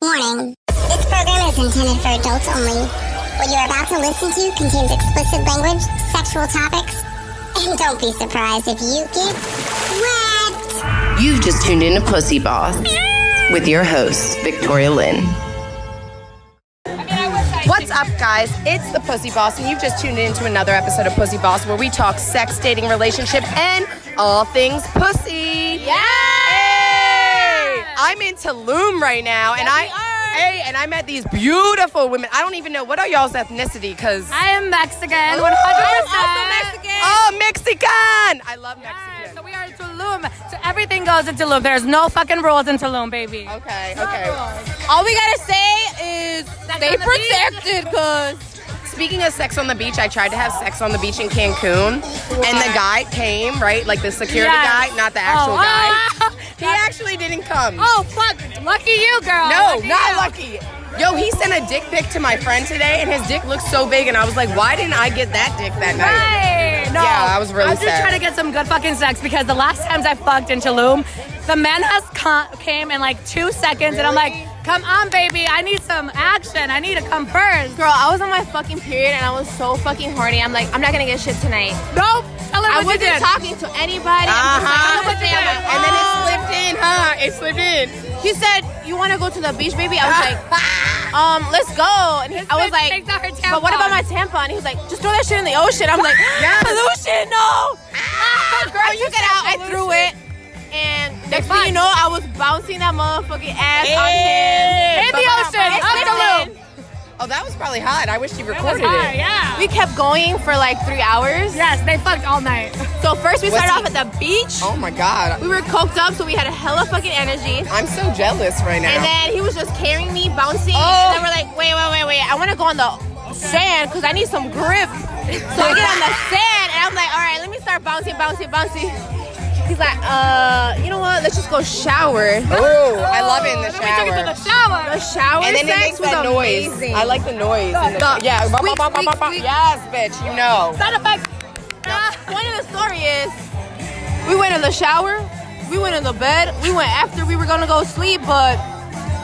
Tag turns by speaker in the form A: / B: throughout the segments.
A: Warning. This program is intended for adults only. What you are about to listen to contains explicit language, sexual topics, and don't be surprised if you get wet.
B: You've just tuned in to Pussy Boss with your host, Victoria Lynn. What's up, guys? It's the Pussy Boss, and you've just tuned in to another episode of Pussy Boss where we talk sex, dating, relationship, and all things pussy. Yeah! I'm in Tulum right now, and I. Hey, and I met these beautiful women. I don't even know what are y'all's ethnicity, cause
C: I am Mexican.
B: Ooh,
C: 100%.
B: I'm also
C: Mexican.
B: oh, Mexican! I love Mexican.
C: So we are in Tulum. So everything goes in Tulum. There's no fucking rules in Tulum, baby.
B: Okay, okay.
D: All we gotta say is they protected because
B: Speaking of sex on the beach, I tried to have sex on the beach in Cancun, and the guy came, right? Like the security
C: Yes.
B: guy, not the actual
C: Oh,
B: guy.
C: ah.
B: He actually didn't come.
C: Oh fuck! Lucky you, girl.
B: no,
C: Lucky
B: not
C: you.
B: lucky. Yo, he sent a dick pic to my friend today, and his dick looked so big, and I was like, why didn't I get that dick that night?
C: Right. No.
B: Yeah, I was really
C: I'm just
B: sad.
C: trying to get some good fucking sex because the last times I fucked in Tulum, the man has co- came in like two seconds, and I'm like, come on, baby, I need some action. I need to come first.
D: girl, I was on my fucking period and I was so fucking horny. I'm like, I'm not gonna get shit tonight.
C: Nope. Tell her
D: I
C: what you
D: wasn't
C: did.
D: talking to anybody.
B: Uh-huh.
D: I'm just like, I'm like,
B: And then it
C: Oh.
B: slipped in, huh? It slipped in.
D: he said, "You want to go to the beach, baby?" I was like, "Um, let's go." And he, I was
C: bitch
D: like,
C: takes out her
D: "But what
C: tampon."
D: about my tampon?" He was like, "Just throw that shit in the ocean." I'm like,
B: Yes.
D: "Pollution, no!" Girl, you get out. I threw it, and next thing you know, I was bouncing that motherfucking ass on him
B: Hey.
C: In the ocean,
D: But
C: up Tulum.
D: listen,
B: Oh, that was probably hot. I wish you
C: That was
B: recorded
C: hard,
B: it.
C: yeah.
D: We kept going for like three hours.
C: Yes, they fucked all night.
D: So first we
B: What's
D: started
B: he-
D: off at the beach.
B: Oh my god.
D: We were coked up, so we had a hella fucking energy.
B: I'm so jealous right now.
D: And then he was just carrying me, bouncing.
B: Oh.
D: And then we're like, wait, wait, wait, wait. I want to go on the sand because I need some grip. So I get on the sand, and I'm like, all right, let me start bouncing, bouncing, bouncing. He's like, uh, you know what? Let's just go shower.
B: oh, I love it in the
C: Then we took
B: shower.
C: it to the shower.
D: The shower
B: and then it
D: sex
B: makes
D: was
B: that noise.
D: amazing.
B: I like the noise. in the-
D: The-
B: yeah, bop,
D: squeak,
B: bop, bop,
D: squeak,
B: bop, bop.
D: squeak.
B: yes, bitch, you know.
C: Sound effects.
D: One of the story is we went in the shower, we went in the bed, we went after we were gonna go sleep, but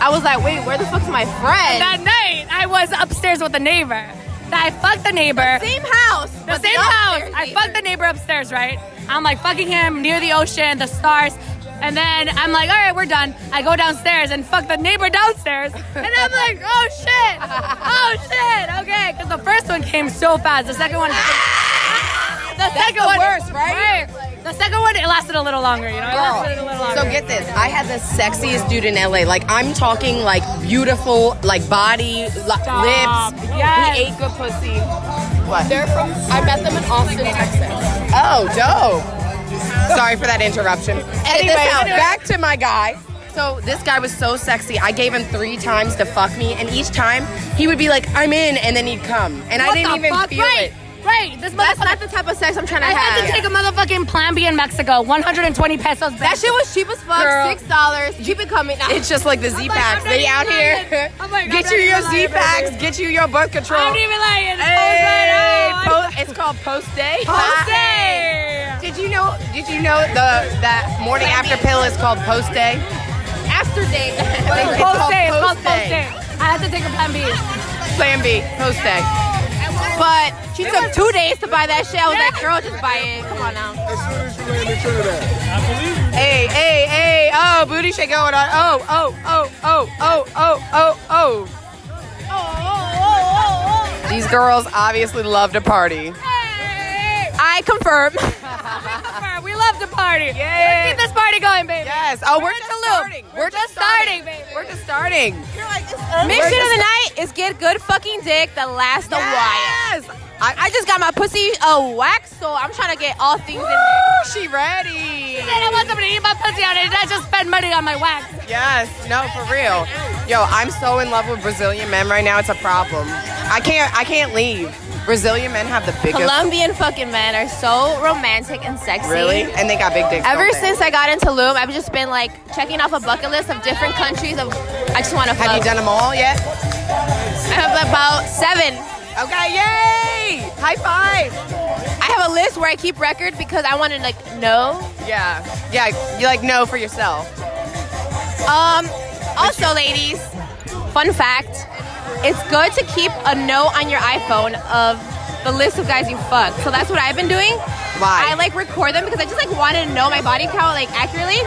D: I was like, wait, where the fuck's my friend?
C: That night, I was upstairs with the neighbor. I fucked the neighbor.
D: same house.
C: The
D: but
C: same house.
D: upstairs
C: I
D: neighbor.
C: fucked the neighbor upstairs, right? I'm like fucking him near the ocean, the stars. And then I'm like, all right, we're done. I go downstairs and fuck the neighbor downstairs. And I'm like, oh shit. Oh shit. Okay. Because the first one came so fast. The second one. The second
D: the
C: one.
D: worst, right?
C: right? The second one, it lasted a little longer, you know? It lasted a little longer.
B: Oh. So get this. I had the sexiest dude in LA. Like I'm talking like beautiful, like body, li-
C: Stop.
B: lips.
C: Yes.
B: We ate good pussy. What?
D: They're from. I met them in Austin, Texas.
B: Oh, dope. Sorry for that interruption. Anyway,
D: out.
B: back to my guy. So this guy was so sexy. I gave him three times to fuck me, and each time he would be like, "I'm in," and then he'd come, and I
C: What
B: didn't
C: the
B: even
C: fuck?
B: feel
C: right,
B: it.
C: Right. This
D: That's
C: motherfucker.
D: not the type of sex I'm trying to
C: I
D: have.
C: had to take a motherfucking Plan B in Mexico. 120 pesos. Back.
D: that shit was cheap as fuck.
B: Girl.
D: Six dollars. Keep it coming. Nah.
B: It's just like the Z
C: like,
B: packs.
C: I'm not
B: They
C: even
B: out
C: lying.
B: here.
C: I'm like, I'm
B: get
C: not
B: you your
C: even lying,
B: Z packs.
C: baby.
B: Get you your birth control.
C: I'm not even lying.
B: Hey,
C: Post right on.
B: po- it's called post day.
C: Post day.
B: Did you know? Did you know the that morning after pill is called post day?
D: after date.
B: It's
C: Post
B: called
C: day. It's called
B: post
C: post
B: day.
C: day. I had to take a Plan B.
B: Plan B, post day.
D: but she took two days to buy that shit. I was like, girl, just buy it. Come on now.
E: As soon as you land in Trinidad.
B: Hey, hey, hey! Oh, booty shake going on. Oh, oh, oh, oh, oh, oh, oh, oh. These girls obviously love to party.
C: Hey.
D: I confirm.
C: We love to party.
B: Yeah.
C: Let's keep this party going, baby.
B: Yes. Oh, we're,
C: in
B: just
C: Tulum.
B: starting.
C: We're just starting, baby.
B: We're just starting.
D: Mission of the night is get good fucking dick that lasts a while.
B: Yes. I,
D: I just got my pussy uh, waxed, so I'm trying to get all things in there.
B: Woo, she ready.
C: I don't want somebody to eat my pussy out and I just spend money on my wax.
B: Yes, no, for real. Yo, I'm so in love with Brazilian men right now. It's a problem. I can't. I can't leave. Brazilian men have the biggest.
D: Colombian fucking men are so romantic and sexy.
B: Really? And they got big dicks.
D: Ever
B: don't they?
D: since I got in Tulum, I've just been like checking off a bucket list of different countries. Of I just want to fuck.
B: Have you done them all yet?
D: I have about seven.
B: Okay, yay! High five.
D: I have a list where I keep record because I want to like know.
B: Yeah, yeah. You like know for yourself.
D: Um, Also, ladies, fun fact: it's good to keep a note on your iPhone of the list of guys you fucked. So that's what I've been doing.
B: Why?
D: I like record them because I just like wanted to know my body count like accurately.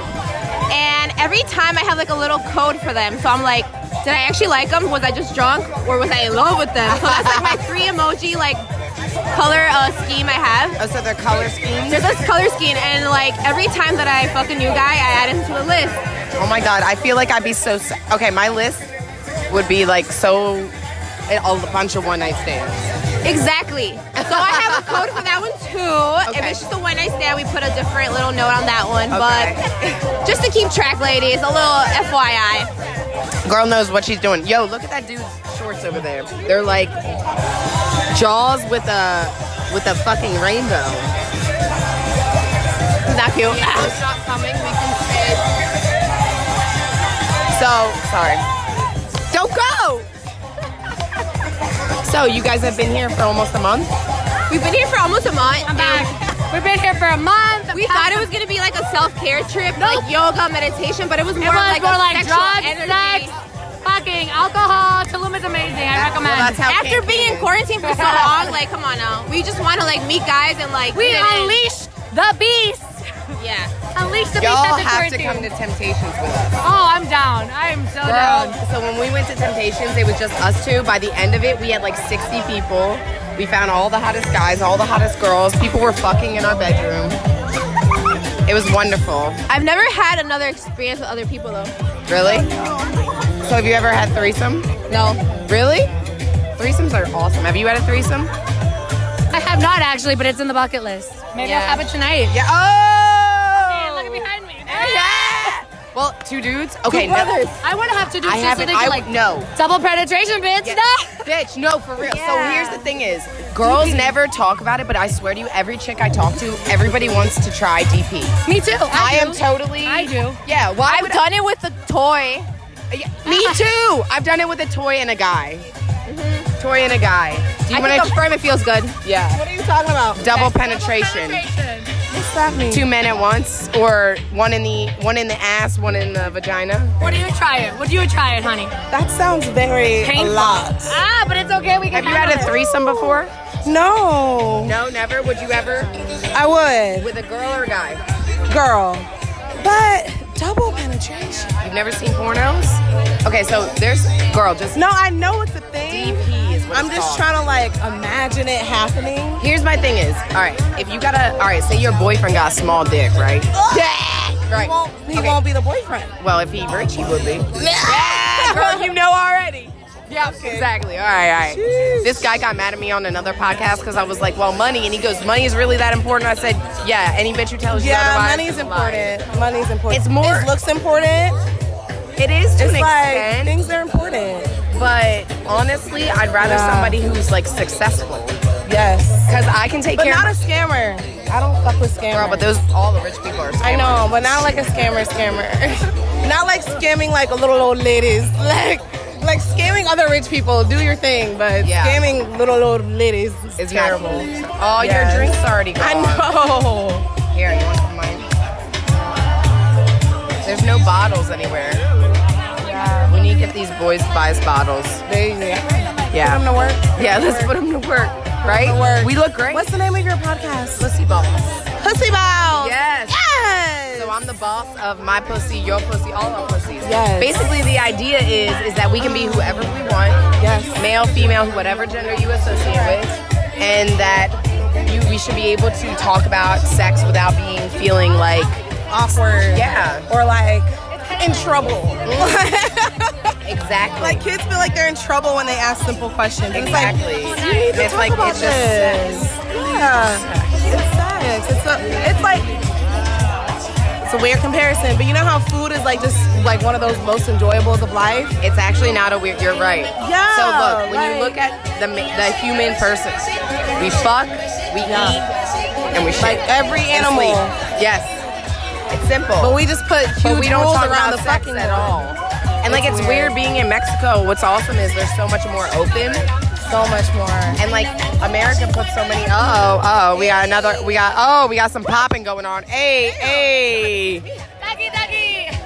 D: And every time I have like a little code for them, so I'm like, did I actually like them? Was I just drunk, or was I in love with them? So that's like my three emoji like color uh, scheme I have.
B: Oh, so they're color schemes.
D: There's this color scheme, and like every time that I fuck a new guy, I add him to the list.
B: Oh my god, I feel like I'd be so. s- Okay, my list would be like so. A a bunch of one night stands.
D: Exactly. So I have a code for that one too. If
B: Okay.
D: it's just a one night stand, we put a different little note on that one.
B: Okay.
D: But just to keep track, ladies, a little FYI.
B: Girl knows what she's doing. Yo, look at that dude's shorts over there. They're like jaws with a with a fucking rainbow.
D: Not cute.
B: So sorry. Don't go. so you guys have been here for almost a month.
D: We've been here for almost a month.
C: I'm back. We've been here for a month.
D: We thought it was gonna be like a self care trip, like yoga, meditation, but it was
C: It
D: more
C: was
D: like
C: more
D: a
C: like
D: sexual
C: drugs,
D: energy.
C: sex, fucking alcohol. Tulum is amazing. I recommend.
B: that's how-
D: After being in quarantine for so long, like come on now, we just want to like meet guys and like
C: we
D: get it in.
C: unleashed the beast.
D: Yeah.
C: Unleashed the beast
B: Y'all
C: at the
B: have to
C: quarantine.
B: come to Temptations with us.
C: oh, I'm down. I am so
B: Girl,
C: down.
B: um, so when we went to Temptations, it was just us two. By the end of it, we had like 60 people. We found all the hottest guys, all the hottest girls. People were fucking in our bedroom. It was wonderful.
D: I've never had another experience with other people though.
B: Really? So have you ever had threesome?
D: No.
B: Really? Threesomes are awesome. Have you had a threesome?
C: I have not actually, but it's in the bucket list. Maybe
D: Yeah.
C: I'll have it tonight.
B: Yeah.
C: Hey, look
B: Oh!
C: at behind me.
B: Well, two dudes. Okay, no.
C: I want to have to do
B: I
C: shit so they
B: haven't.
C: can
B: I
C: like
B: no.
C: double penetration, bitch. No.
B: Bitch, no, for real. So
D: Yeah.
B: here's the thing is, girls never talk about it, but I swear to you, every chick I talk to, everybody wants to try DP.
C: Me too.
B: I,
C: I,
B: am
C: do.
B: totally.
C: I do.
B: Yeah. Why
D: I've
B: would
D: done it with a toy.
B: I, yeah, Me too. I've done it with a toy and a guy. Toy and a guy. Do you
D: I
B: want
D: can
B: to?
D: confirm it feels good.
B: Yeah. What are you talking about? Double penetration.
D: What's that mean?
B: Two men at once, or one in the one in the ass, one in the vagina.
C: What do you try it? What do you try it, honey?
F: That sounds very
C: Painful. Ah, but it's okay. We can.
B: Have you had a
C: handle it.
B: threesome before?
F: No,
B: No, never. Would you ever
F: I
B: with a girl or a guy?
F: would, girl. But double penetration.
B: You've never seen pornos? Okay, so there's girl just
F: No, I know it's a thing.
B: DP is what
F: I'm
B: it's
F: just
B: called.
F: trying to like imagine it happening.
B: Here's my thing is, all right, if you got a, all right, say your boyfriend got a small dick, right?
F: He
B: Right.
F: won't, he
B: Okay.
F: won't be the boyfriend.
B: Well, if he rich, he would be.
F: Girl, you know already.
B: Yeah, exactly. All right, all right. This guy got mad at me on another podcast because I was like, well, money. And he goes, money is really that important. I said, yeah, any bitch who tells you
F: Yeah,
B: otherwise.
F: money's
B: is a lie."
F: important. Money's important.
B: It's more-
F: It looks important.
B: It is to
F: It's
B: an
F: like
B: extent,
F: things are important.
B: but honestly, I'd rather
F: Yeah.
B: somebody who's like successful
F: Yes.
B: because I can take
F: But
B: care
F: not a
B: of
F: scammer. I don't fuck with scammers.
B: girl. But those all the rich people are.
F: I
B: scammers.
F: know, but not like a scammer scammer. not like scamming like a little old ladies. Like like scamming other rich people. Do your thing, but
B: Yeah.
F: scamming little old ladies is
B: It's not
F: terrible.
B: cool. All
F: Yes.
B: your drinks already gone.
F: I know.
B: Here, you want some of mine? There's no bottles anywhere. We need to get these boys to buy us bottles.
F: Baby. Put 'em
B: Yeah.
F: to work.
B: Yeah, let's put them to work, right?
F: to work.
B: We look great.
F: What's the name of your podcast?
B: pussy boss?
F: Pussy Balls.
B: Yes.
F: Yes.
B: So I'm the boss of my pussy, your pussy, all our pussies.
F: Yes.
B: Basically, the idea is is that we can be whoever we want.
F: Yes.
B: Male, female, whatever gender you associate with, and that you we should be able to talk about sex without being feeling like
F: awkward.
B: yeah,
F: Or like in trouble.
B: exactly.
F: like kids feel like they're in trouble when they ask simple questions. It's like,
B: Exactly.
F: need to
B: It's
F: talk
B: like
F: about
B: it's just
F: this.
B: sex.
F: Yeah, it's sex. It's a, it's like it's a weird comparison, but you know how food is like just like one of those most enjoyables of life.
B: It's actually not a weird. You're right.
F: Yeah,
B: So look, when you
F: like-
B: look at the ma- the human person, we fuck, we eat, and we shit.
F: Like every
B: and
F: animal,
B: sleep. Yes. It's simple.
F: but we just put huge
B: But we don't
F: rules
B: talk
F: around
B: about
F: the
B: sex
F: fucking
B: at
F: world.
B: all. And like it's weird being in Mexico. What's awesome is there's so much more open.
F: So much more.
B: And like America puts so many. Oh, oh, we got another. We got. Oh, we got some popping going on. Hey, Oh, hey.
C: Ducky, ducky.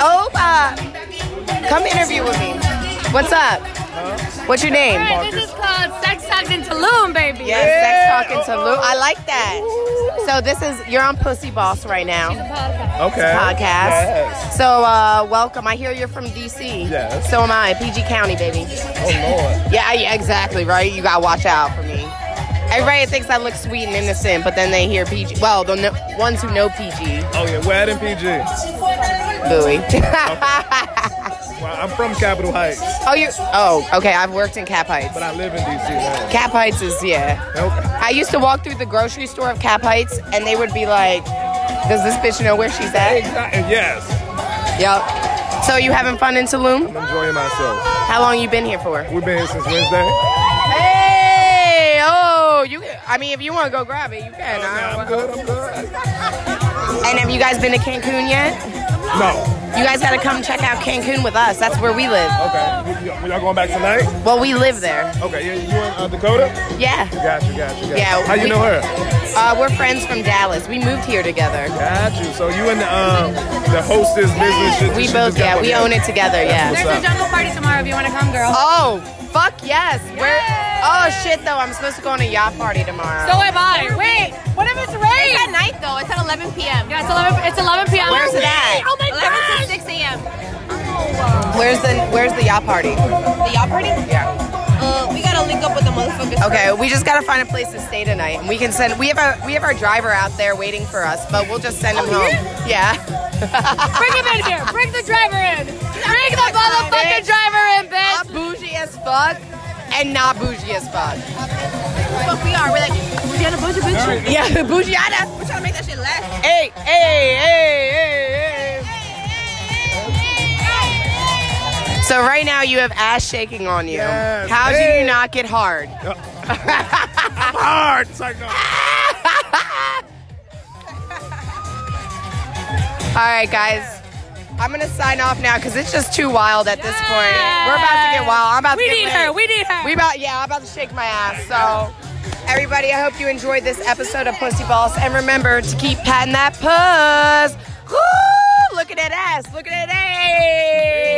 B: Opa. Come interview with me. What's up? What's your name?
C: All right, this is called Sex Talk in Tulum, baby.
B: Yes, sex talking to Lou. I like that. So this is you're on Pussy Boss right now
E: Okay.
B: podcast.
E: Yes.
B: So uh, welcome. I hear you're from DC.
E: Yes.
B: So am I. PG County, baby.
E: Oh Lord.
B: Yeah, yeah, exactly. Right. You gotta watch out for me. Everybody thinks I look sweet and innocent, but then they hear PG. Well, the no- ones who know PG,
E: Oh yeah, we're at in PG.
B: Louis.
E: Well, I'm from Capitol Heights,
B: oh, you. Oh, okay. I've worked in Cap Heights.
E: but I live in DC now.
B: Cap Heights is yeah.
E: Nope.
B: I used to walk through the grocery store of Cap Heights, and they would be like, "Does this bitch know where she's at?"
E: Exactly. Yes.
B: Yep. So you having fun in Tulum?
E: I'm enjoying myself.
B: How long you been here for?
E: We've been here since Wednesday.
B: Hey! Oh, you. I mean, if you want to go grab it, you can. I
E: I'm
B: don't-
E: good. I'm good.
B: and have you guys been to Cancun yet?
E: No.
B: You guys gotta come check out Cancun with us. That's where we live.
E: Okay. Y- y- y'all going back tonight?
B: Well, we live there.
E: Okay. Yeah. You in uh, Dakota?
B: Yeah.
E: Gotcha. Gotcha. Gotcha.
B: Yeah,
E: How you
B: we-
E: know her?
B: Uh, we're friends from Dallas. We moved here together.
E: Got you. So you and the, um, the hostess business. shit-
B: We
E: shit
B: both,
E: just got
B: yeah, we
E: together.
B: own it together. Yeah.
C: There's
E: What's
C: a jungle party tomorrow if you want to come, girl.
B: Oh, fuck yes. We're oh shit though. I'm supposed to go on a yacht party tomorrow.
C: So am I. Wait, what if it's rain?
D: It's at night though. It's at 11 p.m.
C: Yeah, it's 11, it's 11 p.m.
B: Where's it at?
C: Oh my
D: 11
C: gosh!
D: to 6 a.m.
B: where's the where's the yacht party?
D: The yacht party?
B: Yeah.
D: Uh, we gotta link up with the motherfuckers.
B: Okay, we just gotta find a place to stay tonight, and we can send. We have a we have our driver out there waiting for us, but we'll just send him
E: Oh,
B: home. Yeah.
C: Bring him in here. Bring the driver in. Bring the motherfucking driver in, bitch.
B: I'm bougie as fuck, and not bougie as fuck.
D: Fuck, we are. We're like, we got a bunch of bitches.
B: Yeah, bougieada.
D: We're trying to make that shit last.
B: Hey, hey, hey, hey, hey. So right now you have ass shaking on you.
E: Yes.
B: How did
E: Hey.
B: you not get hard?
E: Hard. It's like no.
B: All right, guys. I'm gonna sign off now because it's just too wild at this point. We're about to get wild. I'm about
C: We
B: to get
C: need
B: lit.
C: her. We need her.
B: We about yeah, I'm about to shake my ass. So everybody, I hope you enjoyed this episode of Pussy Balls. And remember to keep patting that puss. Woo! Look at that ass. Look at that ass.